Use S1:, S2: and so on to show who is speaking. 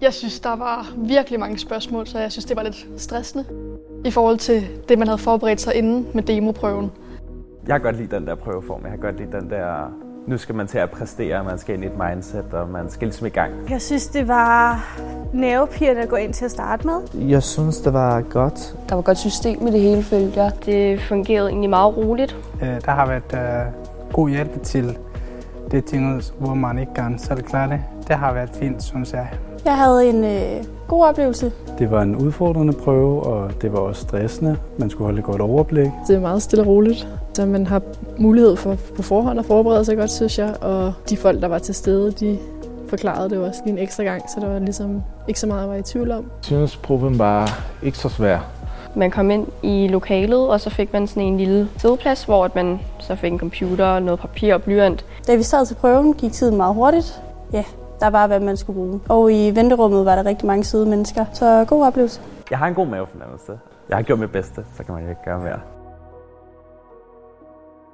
S1: Jeg synes, der var virkelig mange spørgsmål, så jeg synes, det var lidt stressende i forhold til det, man havde forberedt sig inden med demoprøven.
S2: Jeg kan godt lide den der prøveform. Jeg kan godt lide den der, nu skal man til at præstere, man skal ind i et mindset, og man skal ligesom i gang.
S3: Jeg synes, det var nervepirrende at gå ind til at starte med.
S4: Jeg synes, det var godt.
S5: Der var godt system i det hele, følte jeg.
S6: Det fungerede egentlig meget roligt.
S7: Der har været øh, god hjælp til det ting, hvor man ikke kan selv klare det. Det har været fint, synes jeg.
S3: Jeg havde en øh, god oplevelse.
S8: Det var en udfordrende prøve, og det var også stressende. Man skulle holde et godt overblik.
S9: Det er meget stille og roligt, så man har mulighed for på forhånd at forberede sig godt, synes jeg. Og de folk, der var til stede, de forklarede det også lige en ekstra gang, så der var ligesom ikke så meget, jeg var i tvivl om. Jeg
S10: synes, proben var ikke så svær.
S6: Man kom ind i lokalet, og så fik man sådan en lille sideplads, hvor man så fik en computer, noget papir og blyant.
S3: Da vi sad til prøven, gik tiden meget hurtigt. Ja, der var, hvad man skulle bruge. Og i venterummet var der rigtig mange søde mennesker, så god oplevelse.
S2: Jeg har en god mavefornemmelse. Jeg har gjort mit bedste, så kan man jo ikke gøre mere.